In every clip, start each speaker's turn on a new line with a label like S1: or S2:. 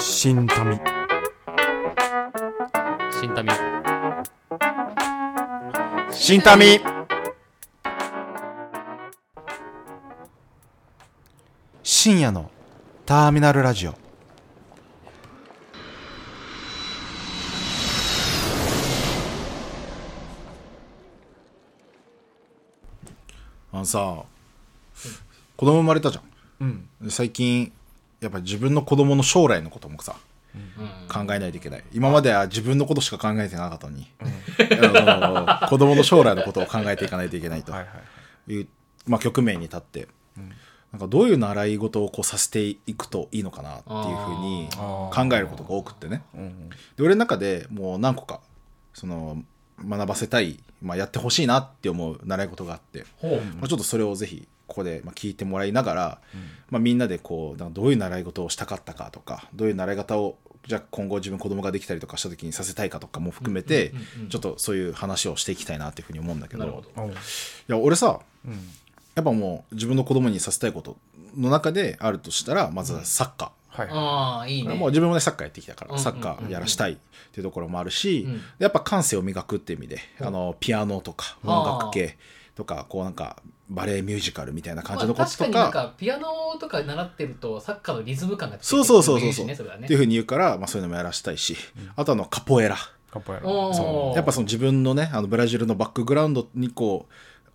S1: 新民
S2: 新民
S1: 新民深夜のターミナルラジオ
S3: あのさ子供生まれたじゃん、で最近やっぱ自分の子供の将来のこともさ、考えないといけない今までは自分のことしか考えてなかったのに、あの子供の将来のことを考えていかないといけないという、まあ、局面に立って、なんかどういう習い事をこうさせていくといいのかなっていうふうに考えることが多くってね、で俺の中でもう何個かその学ばせたい、まあ、やってほしいなって思う習い事があって、まあ、ちょっとそれをぜひここでまあ聞いてもらいながら、まあ、みんなでこうなんかどういう習い事をしたかったかとかどういう習い方をじゃあ今後自分子供ができたりとかした時にさせたいかとかも含めてちょっとそういう話をしていきたいなっていうふうに思うんだけど
S2: なるほど
S3: いや俺さ、やっぱもう自分の子供にさせたいことの中であるとしたらまずはサッカー。
S1: はいはい
S2: ああいいね
S3: もう自分もねサッカーやってきたか
S2: うん
S3: ら
S2: うん
S3: サッカーやらしたいっていうところもあるし、
S2: うん
S3: やっぱ感性を磨くっていう意味で、あのピアノとか
S2: あー
S3: 音楽系とかこうなんかバレエミュージカルみたいな感じの
S2: ま
S3: こ
S2: あ
S3: と
S2: 確
S3: と
S2: か
S3: か,、
S2: になんかピアノとか習ってるとサッカーのリズム感がついてく
S3: そう
S2: る
S3: そうそうそ
S2: 人
S3: うそう、
S2: もいるしねそれはね
S3: っていうふうに言うから、まあ、そういうのもやらしたいし、あとあのカポエラ
S1: カポエラ
S2: おー
S3: そうやっぱその自分のねあのブラジルのバックグラウンドにこう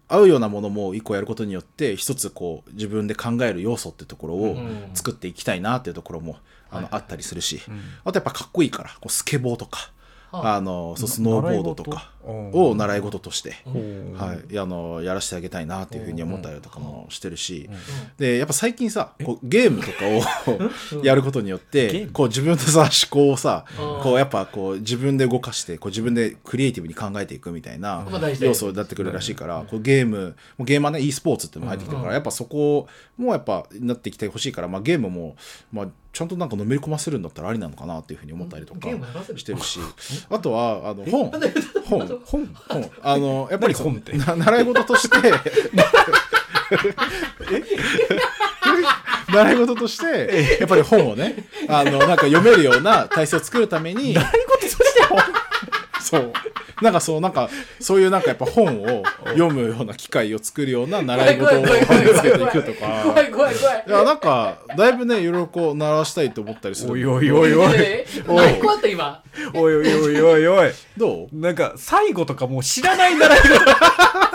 S3: 合うようなものも一個やることによって一つこう自分で考える要素ってところを
S2: うん
S3: 作っていきたいなっていうところも、あ
S2: はい
S3: のあったりするし、あとやっぱかっこいいからこうスケボーとか、
S2: はあ
S3: あのそうスノーボードとか
S1: 習い事
S3: を習い事として、
S1: ほう
S3: はい、いやあのやらせてあげたいなっていうふうに思ったりとかもしてるし、でやっぱ最近さこうゲームと かをやることによっ
S1: ゲー
S3: て
S1: ム
S3: こう自分のさ思考をさ
S2: うん
S3: こうやっぱこう自分で動かしてこう自分でクリエイティブに考えていくみたいな
S2: まあ大事だよ
S3: 要素になってくるらしいからこうゲームもうゲーマーね e スポーツっていうのも入ってきてるか
S2: うん
S3: らやっぱそこもやっぱなってきてほしいから、まあ、ゲームも、まあ、ちゃんとなんかのめり込ませるんだったらありなのかなっていうふうに思ったりとか
S2: ゲームやらせる
S3: してる しあとはあの本本
S1: 本
S3: 本あのやっぱりそ
S1: 何本って
S3: な習い事として え習い事としてやっぱり本をねあのなんか読めるような体制を作るために
S1: 習い事として本
S3: そうなんかそうなんかそういうなんかやっぱ本を読むような機会を作るような習い事を見
S2: 怖い
S3: つ
S2: 怖い怖い
S3: けていくと
S2: 怖
S3: か
S2: い怖い怖い
S3: いやなんかだいぶねいろいろこう習わしたいと思ったりする
S1: おいおいおいおい
S2: え
S3: おい
S2: 何個あった今
S1: おいおいおいおいおい
S3: どう
S1: なんか最後とかもう知らない習い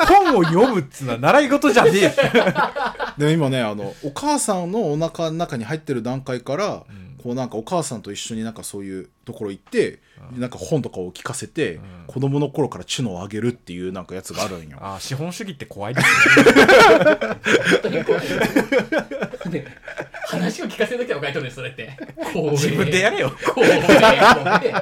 S1: 事本を読むっつうのは習い事じゃねえよ
S3: でも今ねあのお母さんのお腹の中に入ってる段階から、こうなんかお母さんと一緒になんかそういうところ行って、なんか本とかを聞かせて、子供の頃から知能を上げるっていうなんかやつがあるんよ。
S1: あー資本主義って怖いですね
S2: 本当に怖いね話を聞かせなきゃおかえとねそれ って怖え
S1: 自分でやれよ
S2: 怖え怖え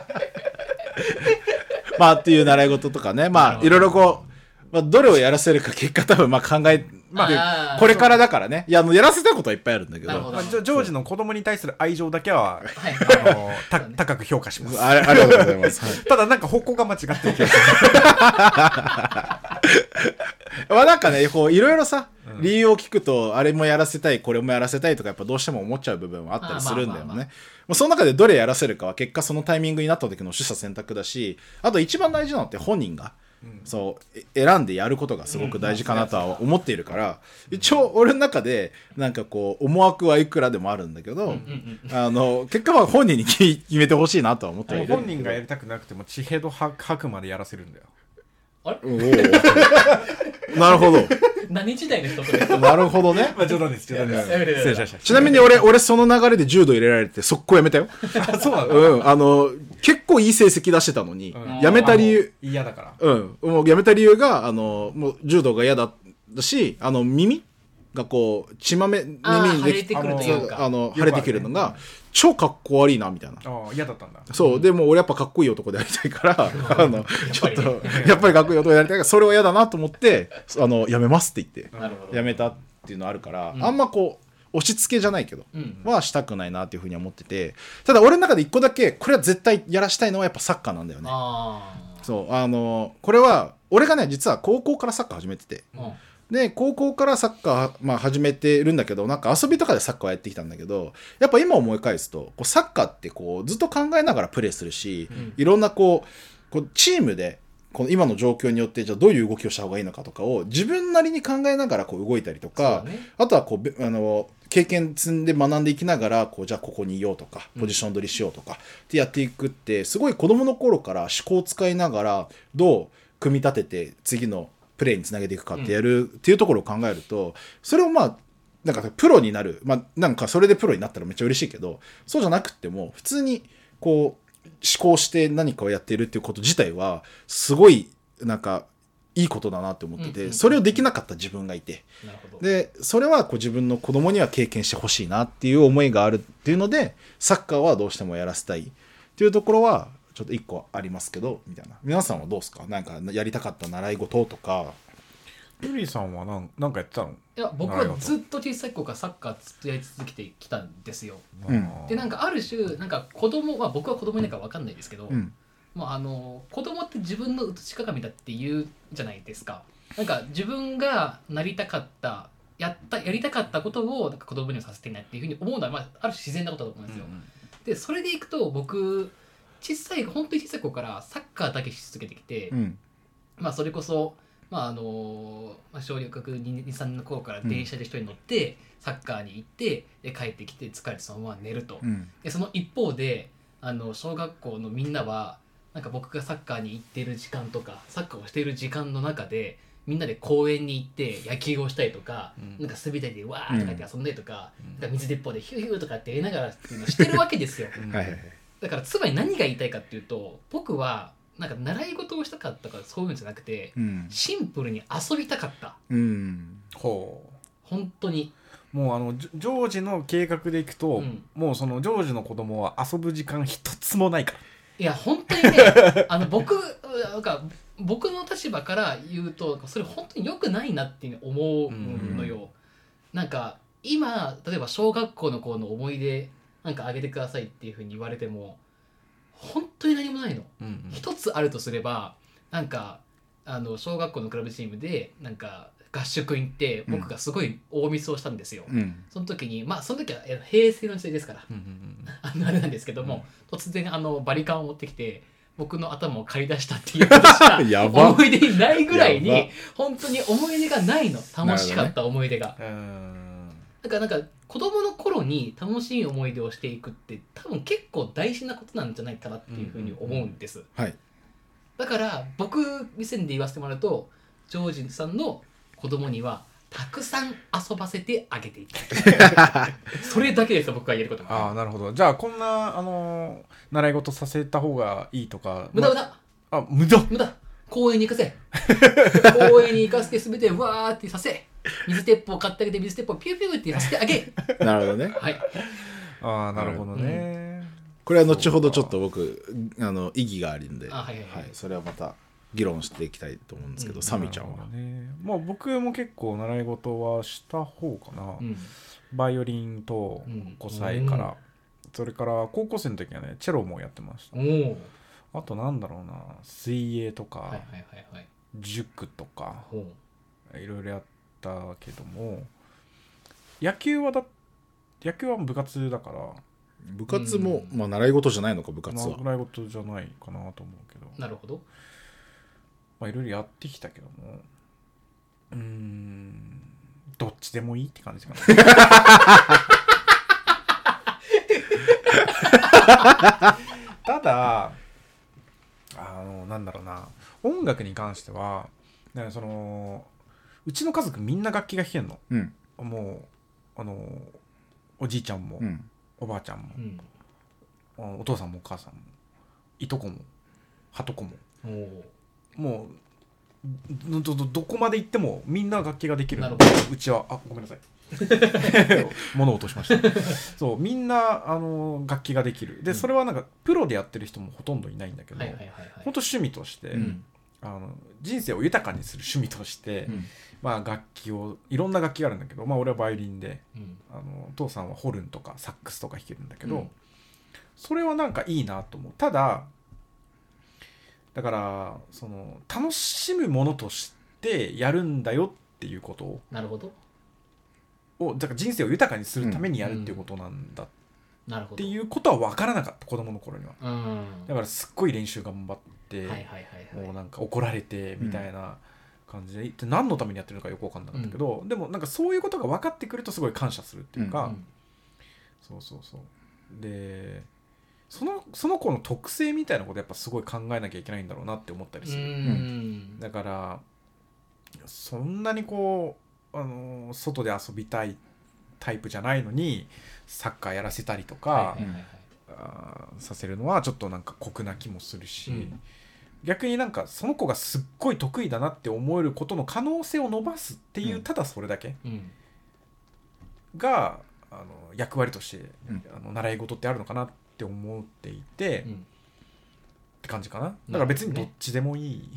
S3: まあっていう習い事とかねまあいろいろこう、まあ、どれをやらせるか結果多分まあ考え、ま
S2: あ
S3: あ、
S2: ー
S3: これからだからねいやあのやらせたいことはいっぱいあるんだけど
S2: なるほど
S1: まあ、ジョジョージの子供に対する愛情だけは、
S2: は い
S1: あのた高く評価します
S3: あれありがとうございます。はい
S1: ただなんか方向が間違ってる気がする
S3: まあなんかね、こう、いろいろさ、理由を聞くと、あれもやらせたい、これもやらせたいとか、やっぱどうしても思っちゃう部分はあったりするんだよ
S2: あまあまあまあ
S3: ね。まあその中でどれやらせるかは、結果そのタイミングになった時の取捨選択だし、あと一番大事なのって本人が、そう、え選んでやることがすごく大事かなとは思っているから、一応俺の中で、なんかこう、思惑はいくらでもあるんだけど、あの、結果は本人にき決めてほしいなとは思って はいるんだけど。
S1: 本人がやりたくなくても地平度は吐くまでやらせるんだよ
S3: おーなるほど。
S2: 何時代の人それ
S3: なるほどね。
S1: まあ冗談です冗談です
S2: やめてやめて
S1: 失礼しまし
S3: ちなみに俺、俺その流れで柔道入れられて速攻やめたよ。
S1: た あそうなんだ、
S3: うん。あの、結構いい成績出してたのに、
S1: うん
S3: やめた理由、
S1: あの嫌だから
S3: うん。もうやめた理由が、あの、もう柔道が嫌だったし、あの、耳がこう、血まめ、耳
S2: あー
S3: に
S2: 腫
S3: で
S2: れて
S3: き
S2: くると
S3: そ
S2: いう
S3: う
S2: か
S3: あの、
S1: くあ
S3: 腫
S1: るね
S3: れてくるのが、超かっこ悪いな、みたいな。
S1: ああ嫌だったんだ
S3: そう。でも俺やっぱかっこいい男でありたいから、あの、ちょっと、やっぱりかっこいい男でありたいから、それは嫌だなと思って、あの、やめますって言って。
S2: なるほど
S3: やめたっていうのあるから、あんまこう押し付けじゃないけど、
S2: うん
S3: はしたくないなっていうふうには思っててただ俺の中で一個だけこれは絶対やらしたいのはやっぱサッカーなんだよね
S2: あ
S3: そうあのこれは俺がね実は高校からサッカー始めてて
S2: あうん
S3: で高校からサッカー、まあ、始めてるんだけどなんか遊びとかでサッカーやってきたんだけどやっぱ今思い返すとこうサッカーってこうずっと考えながらプレーするし、
S2: ん
S3: いろんなこうこうチームでこの今の状況によってじゃあどういう動きをした方がいいのかとかを自分なりに考えながらこう動いたりとか、
S2: そうだね
S3: あとはこうべあの経験積んで学んでいきながらこうじゃあここにいようとかポジション取りしようとかってやっていくってすごい子どもの頃から思考を使いながらどう組み立てて次のプレーにつなげていくかってやるっていうところを考えるとそれをまあなんかプロになるまあなんかそれでプロになったらめっちゃ嬉しいけどそうじゃなくっても普通にこう思考して何かをやっているっていうこと自体はすごいなんかいいことだなって思って
S2: うんうんう
S3: て
S2: ん
S3: それをできなかった自分がいて。
S2: なるほど。
S3: でそれはこう自分の子供には経験してほしいなっていう思いがあるっていうのでサッカーはどうしてもやらせたいっていうところはちょっと一個ありますけどみたいな皆さんはどうですかなんかやりたかった習い事とか
S1: ゆりさんはなんなんかやってたの
S2: いや僕
S1: なる
S2: は
S1: ほど
S2: ずっと小さい子からサッカーずっとやり続けてきたんですよ。
S3: うん
S2: でなんかある種なんか子供は僕は子供いないから分かんないですけど、
S3: うん
S2: まあ、あの子供って自分の写し鏡だって言うじゃないですか。なんか自分がなりたかったやったやりたかったことをなんか子供にはさせていないっていうふうに思うのは、まあ、ある種自然なことだと思うんですよ。でそれでいくと僕小さい本当に小さい子からサッカーだけし続けてきて、
S3: うん
S2: まあ、それこそ、まああのまあ、小学23の頃から電車で一人乗って、サッカーに行ってで帰ってきて疲れてそのまま寝ると、
S3: うん
S2: でその一方であの小学校のみんなはなんか僕がサッカーに行ってる時間とかサッカーをしている時間の中でみんなで公園に行って野球をしたりとか、
S1: うん
S2: なんか滑り台でわーとかやって遊んだりとか,、
S1: うん
S2: なんか水鉄砲でヒューヒューと かってやりながらっていうのをしてるわけですよ。
S1: うん
S3: はいはいはい
S2: だからつまり何が言いたいかっていうと僕はなんか習い事をしたかったからそういうんじゃなくて
S3: うん
S2: シンプルに遊びたかった
S3: うん
S1: ほう
S2: 本当に
S1: もうあのジョジョージの計画でいくと、
S2: うん
S1: もうそのジョージの子供は遊ぶ時間一つもないか
S2: いや本当にねあの僕なんか僕の立場から言うとそれ本当に良くないなっていう思うのよ、なんか今例えば小学校の子の思い出なんかあげてくださいっていうふうに言われても本当に何もないの
S1: ら、
S2: 一つあるとすればなんかあの小学校のクラブチームでなんか合宿行って
S3: うん
S2: 僕がすごい大ミスをしたんですよ、
S3: うん
S2: その時にまあその時はえ平成の時代ですからあのあれなんですけども、突然あのバリカンを持ってきて僕の頭を借り出したっていうことしか
S3: やば
S2: 思い出にないぐらい
S3: やば
S2: に本当に思い出がないの楽しかった思い出が、
S1: うんうん
S2: だからなんか子供の頃に楽しい思い出をしていくって多分結構大事なことなんじゃないかなっていうふうに思うんです、
S3: はい
S2: だから僕目線で言わせてもらうとジョージさんの子供にはたくさん遊ばせてあげていたそれだけですよ僕が言えること
S1: ああ
S2: は
S1: なるほどじゃあこんなあの習い事させた方がいいとか
S2: 無駄無
S1: ま
S2: 駄
S1: あ無駄
S2: 無駄公園に行かせ 公園に行かせて全てわーってさせ水鉄砲買ってあげて水鉄砲ピューピューってさせてあげ
S3: なるほどね
S2: はい
S1: ああなるほどね、
S3: これは後ほどちょっと僕あの意義があるんで、
S2: あはいはいはい
S3: それはまた議論していきたいと思うんですけど、
S2: うん
S3: サミちゃん
S1: な
S3: は
S1: るほどねまあ僕も結構習い事はした方かな、
S2: うん
S1: バイオリンと
S2: うん
S1: 5歳から、それから高校生の時はねチェロもやってました
S2: おお
S1: あとなんだろうな水泳と
S2: はいは
S1: か
S2: いはいはい
S1: 塾とか
S2: ほう
S1: いろいろやったけども野球はだ野球は部活だから
S3: 部活も、
S2: うん
S3: まあ、習い事じゃないのか部活は、
S1: 習い事じゃないかなと思うけど
S2: なるほど
S1: まあいろいろやってきたけどもうーんどっちでもいいって感じかなただあのなんだろうな音楽に関してはだからそのうちの家族みんな楽器が弾けんの
S3: うん
S1: もうあのおじいちゃんも、
S3: うん
S1: おばあちゃんも
S2: う、ん
S1: お父さんもお母さんもいとこもはとこも
S2: おお
S1: もうどどどどこまで行ってもみんな楽器ができる
S2: なるほど
S1: うちはあごめんなさい物を落としましたそうみんなあの楽器ができるで、
S3: うん
S1: それはなんかプロでやってる人もほとんどいないんだけど、
S2: はいはいはいは
S1: 本当趣味として、
S3: うん
S1: あの人生を豊かにする趣味として、
S3: うん
S1: まあ、楽器をいろんな楽器があるんだけど、まあ、俺はバイオリンで
S2: いうん
S1: あの父さんはホルンとかサックスとか弾けるんだけど、
S2: うん
S1: それはなんかいいなと思うただだからその楽しむものとしてやるんだよっっていうことを
S2: なるほど
S1: をだから人生を豊かにするためにやるっていうことなんだっ
S2: なるほど
S1: ていうことは分からなかった子供の頃には
S2: うん
S1: だからすっごい練習頑張って、
S2: はいはいはいはい
S1: もうなんか怒られてみたいな感じで、一体何のためにやってるのかよく分かんなかったけど、でもなんかそういうことが分かってくるとすごい感謝するっていうか、
S2: うん
S1: そうそうそうでそのその子の特性みたいなことやっぱすごい考えなきゃいけないんだろうなって思ったり
S2: う
S1: する、
S2: ん
S1: だからそんなにこう、あのー外で遊びたいタイプじゃないのにサッカーやらせたりとか、
S2: はいはいはいはい
S1: あーさせるのはちょっとなんか酷な気もするし、
S2: うん
S1: 逆になんかその子がすっごい得意だなって思えることの可能性を伸ばすっていう、
S3: うん
S1: ただそれだけ
S2: うん
S1: があの役割として、
S3: うん
S1: あの習い事ってあるのかなって思っていて、
S2: う
S1: っ
S2: ん
S1: て感じかなだから別にどっちでもいい、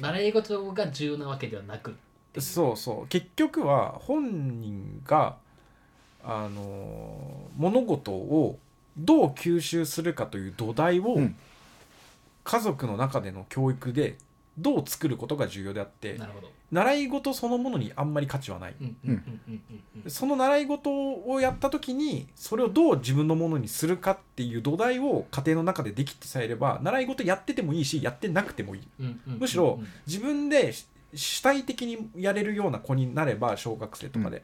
S2: 習い事が重要なわけではなくってい
S1: そうそう結局は本人があの物事をどう吸収するかという土台を
S3: うん
S1: 家族の中での教育でどう作ることが重要であって
S2: なるほど
S1: 習い事そのものにあんまり価値はない
S2: うんうんうんうんうん
S1: その習い事をやった時にそれをどう自分のものにするかっていう土台を家庭の中でできてさえいれば習い事やっててもいいしやってなくてもいい
S2: うんうんうんうん
S1: むしろ自分でし主体的にやれるような子になれば小学生とかで、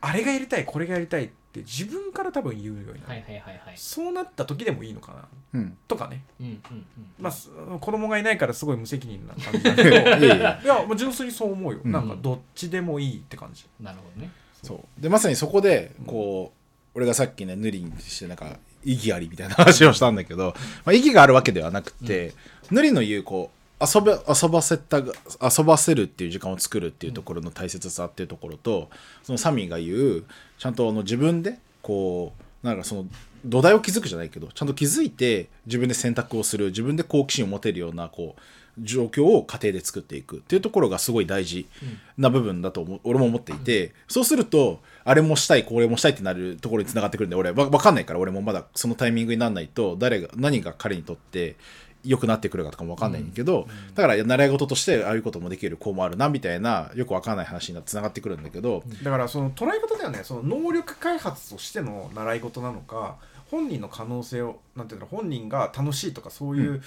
S1: あれがやりたいこれがやりたいって自分から多分言うようになる、
S2: はいはいはいはい
S1: そうなった時でもいいのかな
S3: うん
S1: とかね、
S2: うんうんうん
S1: まあ、
S2: あ
S1: す子供がいないからすごい無責任な感じだけどい
S3: いやいやいや
S1: やもう純粋にそう思うよ、
S3: うん
S1: なんかどっちでもいいって感じ
S2: なるほどね
S3: そうでまさにそこでこう、俺がさっきねヌリにしてなんか意義ありみたいな話をしたんだけど、まあ、意義があるわけではなくて、ヌリの言うこう遊べ遊ばせたが遊ばせるっていう時間を作るっていうところの大切さっていうところとそのサミーが言うちゃんとあの自分でこうなんかその土台を築くじゃないけどちゃんと気づいて自分で選択をする自分で好奇心を持てるようなこう状況を家庭で作っていくっていうところがすごい大事な部分だと思う俺も思っていて、そうするとあれもしたいこれもしたいってなるところに繋がってくるんで俺わわかんないから俺もまだそのタイミングにならないと誰が何が彼にとって良くなってくるかとかもわかんないんだけど、だから習い事としてああいうこともできる子もあるなみたいなよくわかんない話につながってくるんだけど、
S1: だからその捉え方ではねその能力開発としての習い事なのか本人の可能性をなんていうの本人が楽しいとかそういう、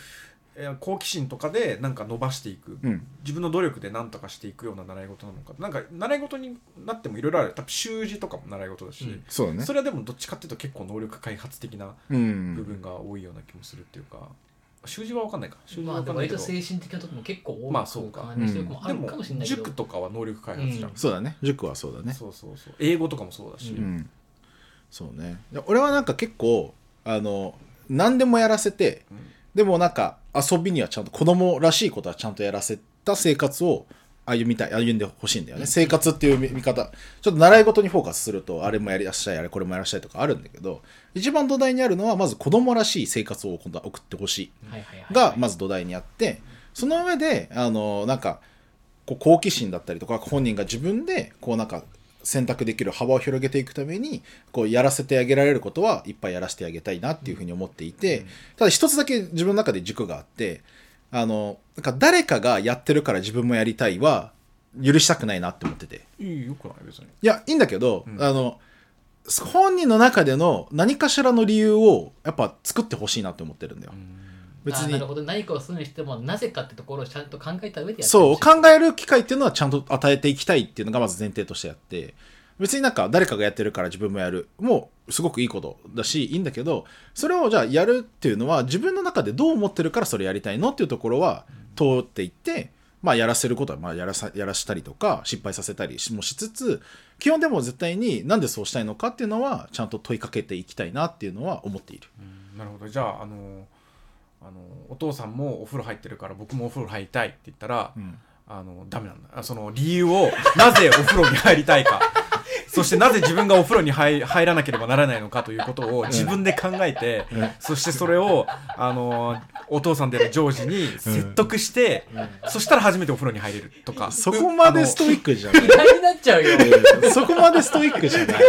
S1: えー好奇心とかでなんか伸ばしていく、
S3: うん
S1: 自分の努力で何とかしていくような習い事なのかなんか習い事になってもいろいろある多分習字とかも習い事だし、
S2: うん
S3: そうだね
S1: それはでもどっちかっていうと結構能力開発的な
S3: う
S1: 部
S3: ん、
S1: 分が多いような気もするっていうか、習字は分かんないか習字
S2: ま
S1: は
S2: あ
S1: 分
S2: で
S1: かん
S2: も
S1: ない
S2: 割
S1: け
S2: と
S1: ど、
S2: 精神的なとこも結構
S1: ま
S2: 多
S1: あそう
S2: く
S1: か
S2: 感じてるとこもあ
S1: で
S2: る
S1: も
S2: かもしれないけど
S1: 塾とかは能力開発じゃん、
S2: うん
S3: そうだね塾はそうだね
S1: そうそうそう英語とかもそうだし、
S3: うん、そうねで俺はなんか結構あの何でもやらせて、
S1: うん
S3: でもなんか遊びにはちゃんと子供らしいことはちゃんとやらせた生活を歩みたい歩んでほしいんだよね、生活っていう見見方ちょっと習い事にフォーカスするとあれもやりらっしゃいあれこれもやらっしゃいとかあるんだけど一番土台にあるのはまず子供らしい生活を今度は送ってほしい
S2: はいはいはい
S3: がまず土台にあってその上であのなんかこう好奇心だったりとか本人が自分でこうなんか選択できる幅を広げていくためにこうやらせてあげられることはいっぱいやらせてあげたいなっていうふうに思っていてただ一つだけ自分の中で軸があってあのなんか誰かがやってるから自分もやりたいは許したくないなって思ってて
S1: いいよくない別に
S3: いやいいんだけど、
S1: うん
S3: あの本人の中での何かしらの理由をやっぱ作ってほしいなって思ってるんだよ別
S2: あー
S3: に
S2: なるほど何かをするにしてもなぜかってところをちゃんと考えた上でやって
S3: そう、
S2: か
S3: 考える機会っていうのはちゃんと与えていきたいっていうのがまず前提としてあって、別になんか誰かがやってるから自分もやる。もうすごくいいことだし、いいんだけど、それをじゃあやるっていうのは自分の中でどう思ってるからそれやりたいのっていうところは通っていって、まあやらせることはまあやらさやらしたりとか失敗させたりもしつつ、基本でも絶対になんでそうしたいのかっていうのはちゃんと問いかけていきたいなっていうのは思っている。
S1: うんなるほどじゃああのあのお父さんもお風呂入ってるから僕もお風呂入りたいって言ったら、あのダメなんだあその理由をなぜお風呂に入りたいか そしてなぜ自分がお風呂に入入らなければならないのかということを自分で考えて、そしてそれをあのお父さんであるジョージに説得して、そしたら初めてお風呂に入れるとか
S3: そこまでストイックじゃない
S2: 嫌いになっちゃうよ。
S3: そこまでストイックじゃない。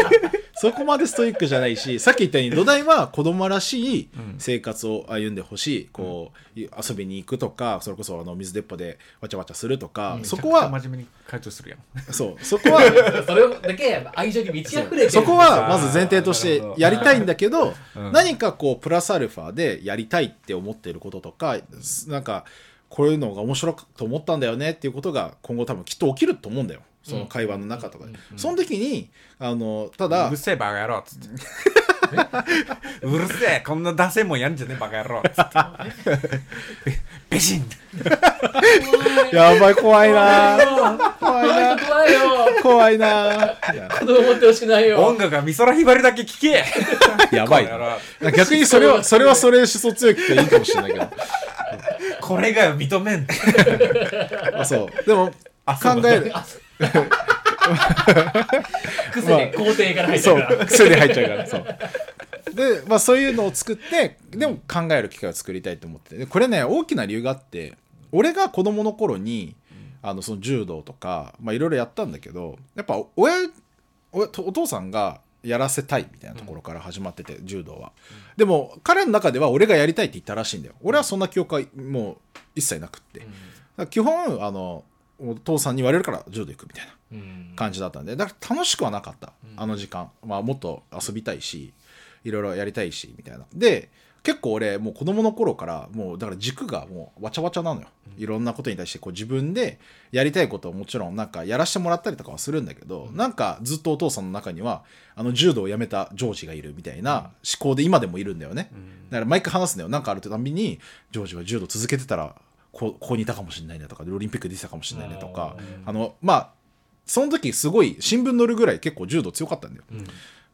S3: そこまでストイックじゃないし、さっき言ったように土台は子供らしい生活を歩んでほしい。こう、遊びに行くとか、それこそあの水鉄砲でわちゃわちゃするとか、
S2: うん
S3: そこ
S1: めちゃ
S3: は
S1: くちゃ、真面目に回答するやん
S3: そう、そこ は、
S2: それだけ愛情に満ち溢れてる。
S3: そこはまず前提として
S1: なるほど
S3: やりたいんだけど、
S1: うん
S3: 何かこう、プラスアルファでやりたいって思っていることとか、なんか、こういうのが面白くと思ったんだよねっていうことが今後多分きっと起きると思うんだよ。その会話の中とかで。その時に、あの、ただ
S1: うる、せえバカ野郎っつってうるせえこんなダセえもんやんじゃねえバカ野郎っつって べべしん
S3: やばい、怖いなー怖い
S2: 怖い
S3: な
S2: よ怖いよ。
S3: 怖いないや
S2: 子供持ってほしくないよ。
S1: 音楽は美空ひばりだけ聴け
S3: やばい
S1: この野郎
S3: な逆にそれはそれはそれで思想強くていいかもしれないけど
S1: これが認めん
S3: あそうでも
S1: あそう
S3: 考える
S2: あ癖で肯定から入って
S3: そ
S2: るから。
S3: う癖で入っちゃうからそうで、まあ、そういうのを作ってでも考える機会を作りたいと思ってでこれね大きな理由があって俺が子供の頃にあのその柔道とかまあいろいろやったんだけどやっぱ親おとお父さんがやらせたいみたいなところから始まってて、柔道は、でも彼の中では俺がやりたいって言ったらしいんだよ俺はそんな記憶はもう一切なくって、だから基本あのお父さんに言われるから柔道行くみたいな
S2: うん
S3: 感じだったんでだから楽しくはなかった、あの時間、まあ、もっと遊びたいしいろいろやりたいしみたいなで結構俺もう子供の頃からもうだから軸がもうわちゃわちゃなのよ、いろんなことに対してこう自分でやりたいことをもちろんなんかやらしてもらったりとかはするんだけど、なんかずっとお父さんの中にはあの柔道をやめたジョージがいるみたいな思考で今でもいるんだよね、だから毎回話すんだよなんかあるたんびにジョージは柔道続けてたらこここにいたかもしれないねとかでオリンピック出てたかもしれないねとかあのまあその時すごい新聞載るぐらい結構柔道強かったんだよ、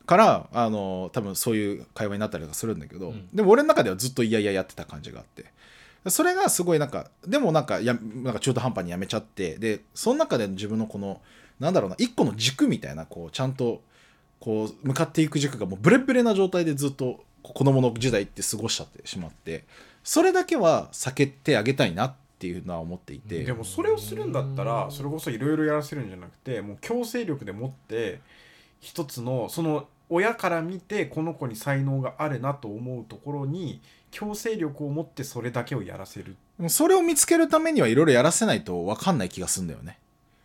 S3: からあの多分そういう会話になったりとかするんだけど、
S2: ん
S3: でも俺の中ではずっといやいややってた感じがあってそれがすごいなんかでもなんかやなんか中途半端にやめちゃってでその中での自分のこのなんだろうな一個の軸みたいなこうちゃんとこう向かっていく軸がもうブレブレな状態でずっと子供の時代って過ごしちゃってしまってそれだけは避けてあげたいなっていうのは思っていて、
S1: でもそれをするんだったらそれこそいろいろやらせるんじゃなくてもう強制力でもって一つのその親から見てこの子に才能があるなと思うところに強制力を持ってそれだけをやらせる
S3: それを見つけるためにはいろいろやらせないと分かんない気がすんだよね。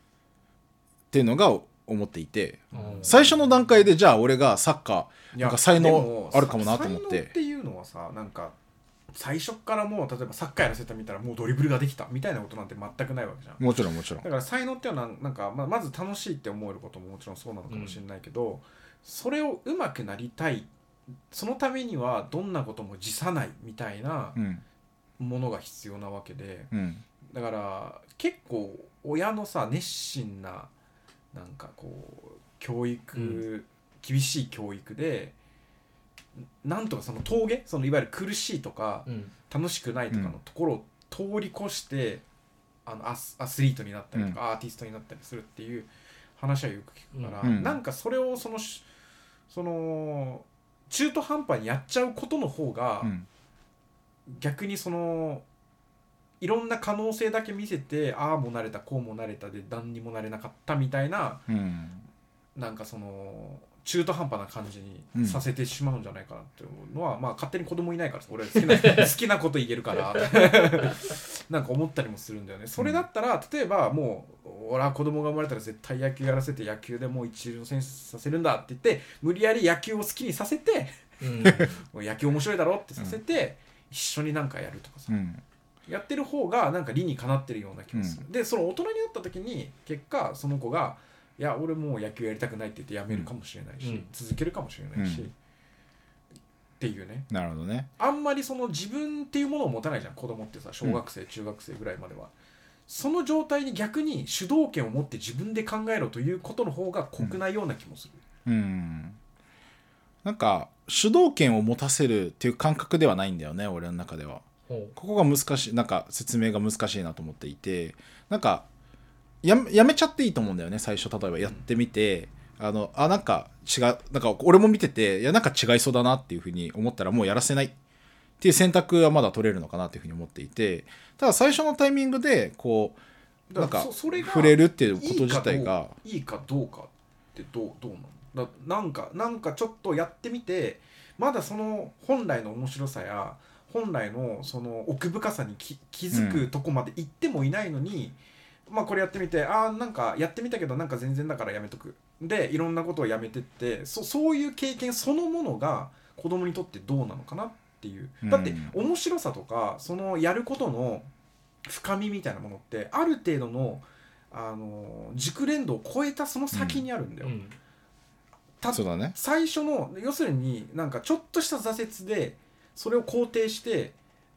S3: っていうのが思っていて最初の段階でじゃあ俺がサッカ
S1: い
S3: ー
S1: や
S3: なんか才
S1: で
S3: 能
S1: も
S3: あるかもなと思っ
S1: 才能ってていうのはさなんか最初っからもう例えばサッカーやらせたみたらもうドリブルができたみたいなことなんて全くないわけじゃん
S3: もちろんもちろん
S1: だから才能っていうのはなんなんか、まあ、まず楽しいって思えることももちろんそうなのかもしれないけど、それをうまくなりたいそのためにはどんなことも辞さないみたいな
S3: うん
S1: ものが必要なわけで
S3: うん
S1: だから結構親のさ熱心ななんかこう教育、
S2: うん
S1: 厳しい教育でなんとかその峠そのいわゆる苦しいとか
S2: うん
S1: 楽しくないとかのところを通り越して、あのアスアスリートになったりとか、アーティストになったりするっていう話はよく聞くから、
S3: うん
S1: なんかそれをそのしその中途半端にやっちゃうことの方が、
S3: うん
S1: 逆にそのいろんな可能性だけ見せてああもなれたこうもなれたで何にもなれなかったみたいな
S3: うん
S1: なんかその中途半端な感じにさせてしまうんじゃないかなって思うのは、まあ勝手に子供いないから俺は好き な好きなこと言えるから なんか思ったりもするんだよねそれだったら例えばもう俺は子供が生まれたら絶対野球やらせて野球でもう一流の選手させるんだって言って無理やり野球を好きにさせて
S2: う
S1: も
S2: ん
S1: う野球面白いだろってさせて、一緒になんかやるとかさ
S3: うん
S1: やってる方がなんか理にかなってるような気がする、でその大人になった時に結果その子が「いや俺もう野球やりたくない」って言ってやめるかもしれないし、
S2: うん
S1: 続けるかもしれないし、
S3: うん
S1: っていうね
S3: なるほどね
S1: あんまりその自分っていうものを持たないじゃん子供ってさ小学生、中学生ぐらいまではその状態に逆に主導権を持って自分で考えろということの方が濃くないような気もする、
S3: うんなんか主導権を持たせるっていう感覚ではないんだよね俺の中では
S2: ほう
S3: ここが難しいなんか説明が難しいなと思っていてなんかやめやめちゃっていいと思うんだよね最初例えばやってみて、あのあなんか違うなんか俺も見てていやなんか違いそうだなっていうふうに思ったらもうやらせないっっていう選択はまだ取れるのかなというふうに思っていてただ最初のタイミングでこうなんか
S1: そそれが
S3: 触れるっていうこと自体が
S1: いいかどうかってどうどうなのだなんかなんかちょっとやってみてまだその本来の面白さや本来のその奥深さに気気づくとこまで行ってもいないのに、まあこれやってみてああんかやってみたけどなんか全然だからやめとくでいろんなことをやめてってそそういう経験そのものが子供にとってどうなのかなっていう
S3: うん
S1: だって面白さとかそのやることの深みみたいなものってある程度のあの熟練度を超えたその先にあるんだよ、
S2: うん
S1: た
S3: そうだね
S1: 最初の要するになんかちょっとした挫折でそれを肯定して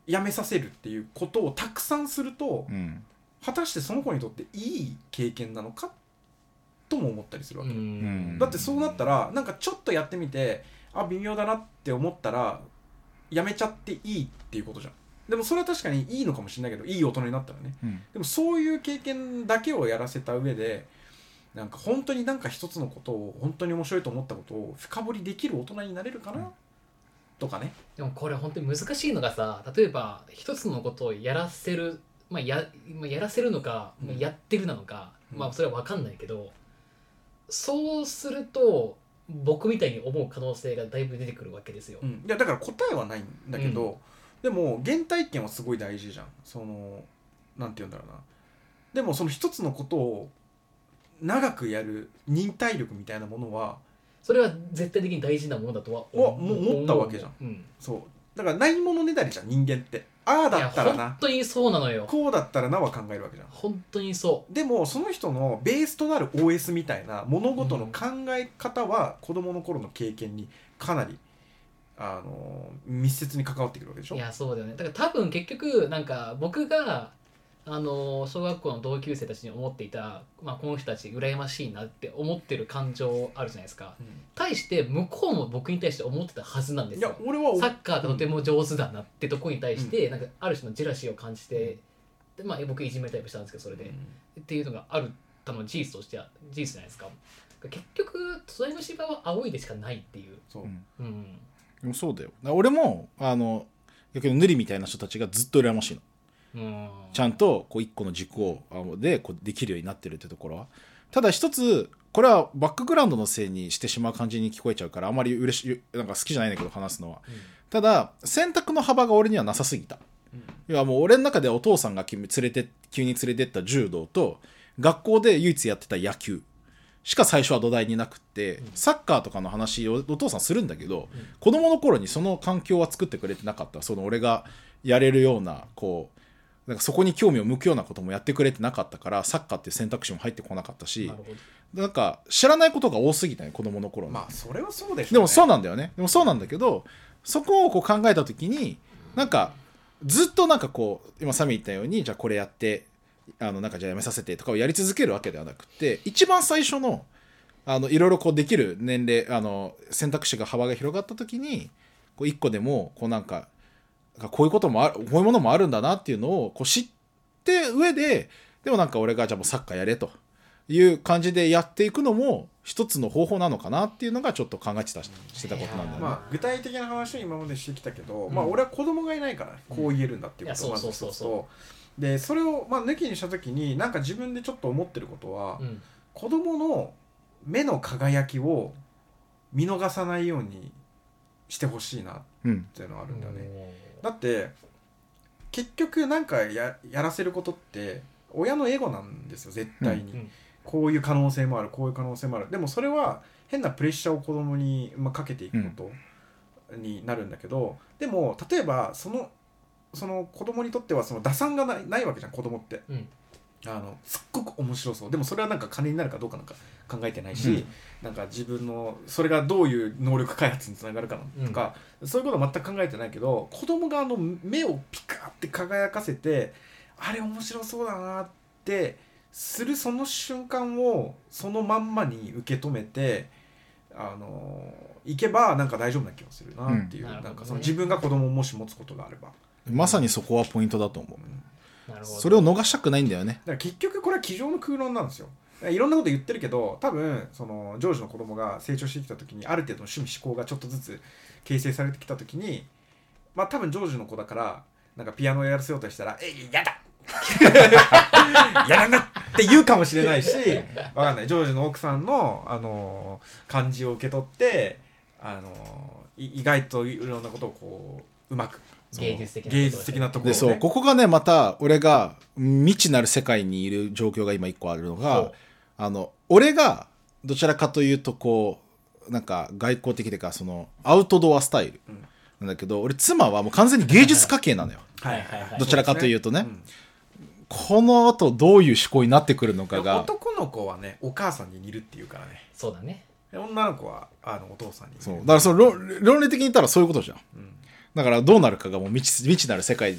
S1: やめさせるっていうことをたくさんすると、
S3: うん
S1: 果たしてその子にとっていい経験なのかとも思ったりするわけ、
S3: うん
S1: だってそうなったらなんかちょっとやってみてあ微妙だなって思ったらやめちゃっていいっていうことじゃんでもそれは確かにいいのかもしれないけどいい大人になったらね
S3: うん
S1: でもそういう経験だけをやらせた上でなんか本当になんか一つのことを本当に面白いと思ったことを深掘りできる大人になれるかな、
S3: うん
S1: とかね
S2: でもこれ本当に難しいのがさ例えば一つのことをやらせる、まあ、やまあやらせるのか、
S1: うん
S2: まあやってるなのか、
S1: うん
S2: まあそれは分かんないけどそうすると僕みたいに思う可能性がだいぶ出てくるわけですよ。
S1: うん、いやだから答えはないんだけど、でも原体験はすごい大事じゃんそのなんて言うんだろうなでもその一つのことを長くやる忍耐力みたいなものは
S2: それは絶対的に大事なものだとは
S1: おも思ったわけじゃん。
S2: ううん、
S1: そうだからないものねだりじゃん人間ってああ
S2: いや
S1: だったら
S2: 本
S1: な
S2: 当にそうなのよ。
S1: こうだったらなは考えるわけじゃん
S2: 本当にそ
S1: でもその人のベースとなる OS みたいな物事の考え方は子どもの頃の経験にかなりあの密接に関わってくるわけでし
S2: う。
S1: ょ
S2: いやそうだよね。だから多分結局なんか僕があの小学校の同級生たちに思っていた、まあ、この人たち羨ましいなって思ってる感情あるじゃないですか。
S1: うん
S2: 対して向こうも僕に対して思ってたはずなんで
S1: い
S2: す
S1: や
S2: よ。
S1: 俺は
S2: サッカーとても上手だなってとこに対して、なんかある種のジェラシーを感じて、でまあ、僕いじめたりもしたんですけどそれで、っていうのがあるたの事実としては事実じゃないですか結局隣の芝は青いでしかないっていう、
S1: そう、
S3: うん
S2: うん、
S3: でもそうだよだから俺もあの逆にヌリみたいな人たちがずっと羨ましいの
S2: うん
S3: ちゃんとこう一個の軸をあのでこうできるようになってるってところはただ一つこれはバックグラウンドのせいにしてしまう感じに聞こえちゃうからあんまり嬉しいなんか好きじゃないんだけど話すのはただ選択の幅が俺にはなさすぎたいやもう俺の中でお父さんが急に連れて急に連れてった柔道と学校で唯一やってた野球しか最初は土台になくって、
S2: うん
S3: サッカーとかの話をお父さんするんだけど、
S2: うん
S3: 子供の頃にその環境は作ってくれてなかったその俺がやれるようなこうなんかそこに興味を向くようなこともやってくれてなかったからサッカーっていう選択肢も入ってこなかったし
S2: なるほど
S3: なんか知らないことが多すぎたね子供の頃の、
S1: まあそれはそうでしょ
S3: でもそう
S1: うね
S3: なんだよねでもそうなんだけどそこをこう考えた時になんかずっとなんかこう今サミ言ったようにじゃあこれやってあのなんかじゃあやめさせてとかをやり続けるわけではなくて一番最初のあのいろいろこうできる年齢あの選択肢が幅が広がった時にこう一個でもこうなんかなんかこういうこともあるこういうものもあるんだなっていうのをこう知って上ででもなんか俺がじゃあもうサッカーやれという感じでやっていくのも一つの方法なのかなっていうのがちょっと考えてたしてたことなんだよね。
S1: まあ、具体的な話を今までしてきたけど、
S2: うん
S1: まあ俺は子供がいないからこう言えるんだっていうこと
S2: うん
S1: をま
S2: いや
S1: ず
S2: そう
S1: 一つ
S2: そうそう
S1: と
S2: そう
S1: でそれをまあ抜きにした時になんか自分でちょっと思ってることは、
S2: うん
S1: 子供の目の輝きを見逃さないようにしてほしいなっ
S3: うん
S1: ていうのはあるんだよね。だって結局なんかややらせることって親のエゴなんですよ絶対に、
S2: うんうん
S1: こういう可能性もあるこういう可能性もあるでもそれは変なプレッシャーを子供にまあかけていくことになるんだけど、でも例えばそのその子供にとってはその打算がないないわけじゃん子供って
S2: うん
S1: あのすっごく面白そうでもそれはなんか金になるかどうかなんか考えてないし、
S3: うん
S1: なんか自分のそれがどういう能力開発につながるかなとか、そういうことは全く考えてないけど子供があの目をピカって輝かせてあれ面白そうだなってするその瞬間をそのまんまに受け止めてあのいけばなんか大丈夫な気がするなっていう、
S2: うん
S1: なんか
S2: なるほど
S1: そ
S2: ね
S1: の自分が子供をもし持つことがあれば。
S3: まさにそこはポイントだと思う
S1: うん
S2: なるほど
S3: それを逃したくないんだよ
S1: だ
S3: ね
S1: から結局これは机上の空論なんですよいろんなこと言ってるけど多分そのジョージの子供が成長してきた時にある程度の趣味思考がちょっとずつ形成されてきた時にまあ多分ジョージの子だからなんかピアノやらせようとしたら「えいやだ! 」やらなって言うかもしれないしわかんないジョージの奥さんの、あのー感じを受け取って、あのーい意外といろんなことをこううまく
S2: 芸術的なことを
S1: 芸術的なところ
S3: で
S1: を、
S3: そう
S1: ね、
S3: ここがねまた俺が未知なる世界にいる状況が今一個あるの
S2: ほ
S3: が
S2: う
S3: あの俺がどちらかというとこうなんか外交的というかそのアウトドアスタイル
S1: うん
S3: なんだけど俺妻はもう完全に芸術家系なのよ
S1: はいはいはい
S3: どちらかというとね
S1: ん
S3: この後どういう思考になってくるのかが
S1: 男の子はねお母さんに似るっていうからね
S2: そうだね
S1: で女の子はあのお父さんに似
S3: そう
S1: る
S3: だからその論論理的に言ったらそういうことじゃん
S1: うん
S3: だからどうなるかがもう未知未知なる世界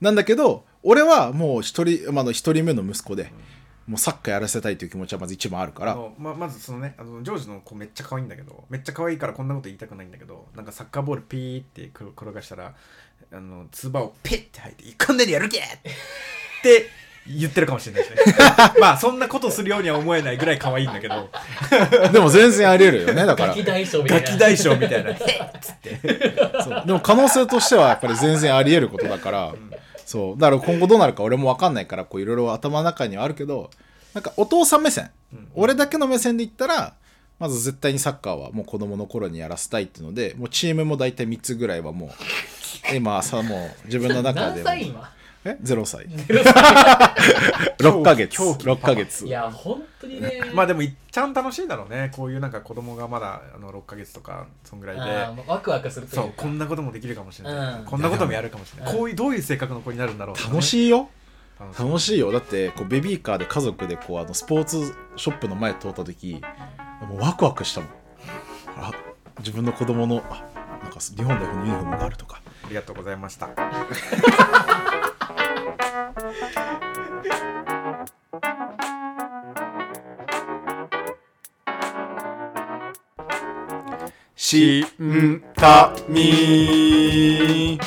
S3: なんだけど俺はもう一人,、まああの、一人目の息子で、もうサッカーやらせたいという気持ちはまず一番あるか
S1: あ
S3: ら
S1: のままずそのねあのジョージの子めっちゃ可愛いんだけどめっちゃ可愛いからこんなこと言いたくないんだけどなんかサッカーボールピーってく転がしたらあのツバをピッて吐いて「こんなにやるけ!」って言ってるかもしれない ですねまあそんなことするようには思えないぐらい可愛いんだけ ど
S3: でも全然あり得るよねだか
S2: ガ
S3: ら
S2: キ大将みたい
S1: ガ
S2: な
S1: キ大将みたいな「へっ!」っつって
S3: そうでも可能性としてはやっぱり全然あり得ることだから、そうだから今後どうなるか俺も分かんないからこういろいろ頭の中にはあるけどなんかお父さん目線、
S1: うん
S3: 俺だけの目線で言ったらまず絶対にサッカーはもう子供の頃にやらせたいっていうのでもうチームも大体3つぐらいはもう今さもう自分の中
S2: 何
S3: でも
S2: 歳今
S3: え0歳6ヶ月
S1: 狂気
S3: 6ヶ月
S2: いや本当にね
S1: まあでもいっちゃん楽しいんだろうねこういうなんか子供がまだあの6ヶ月とかそんぐらいで
S2: あーワクワクするとい
S1: そうう
S2: か
S1: こんなこともできるかもしれない、
S2: うん
S1: こんなこともやるかもしれない、
S2: うん
S1: こういうどういう性格の子になるんだろう
S3: 楽しいよ
S1: 楽しい
S3: 楽しいよだってこうベビーカーで家族でこうあのスポーツショップの前通った時もうワクワクしたもんあ自分の子供のあなんか日本代表のユニフォームがあるとか
S1: ありがとうございました
S3: しんたみ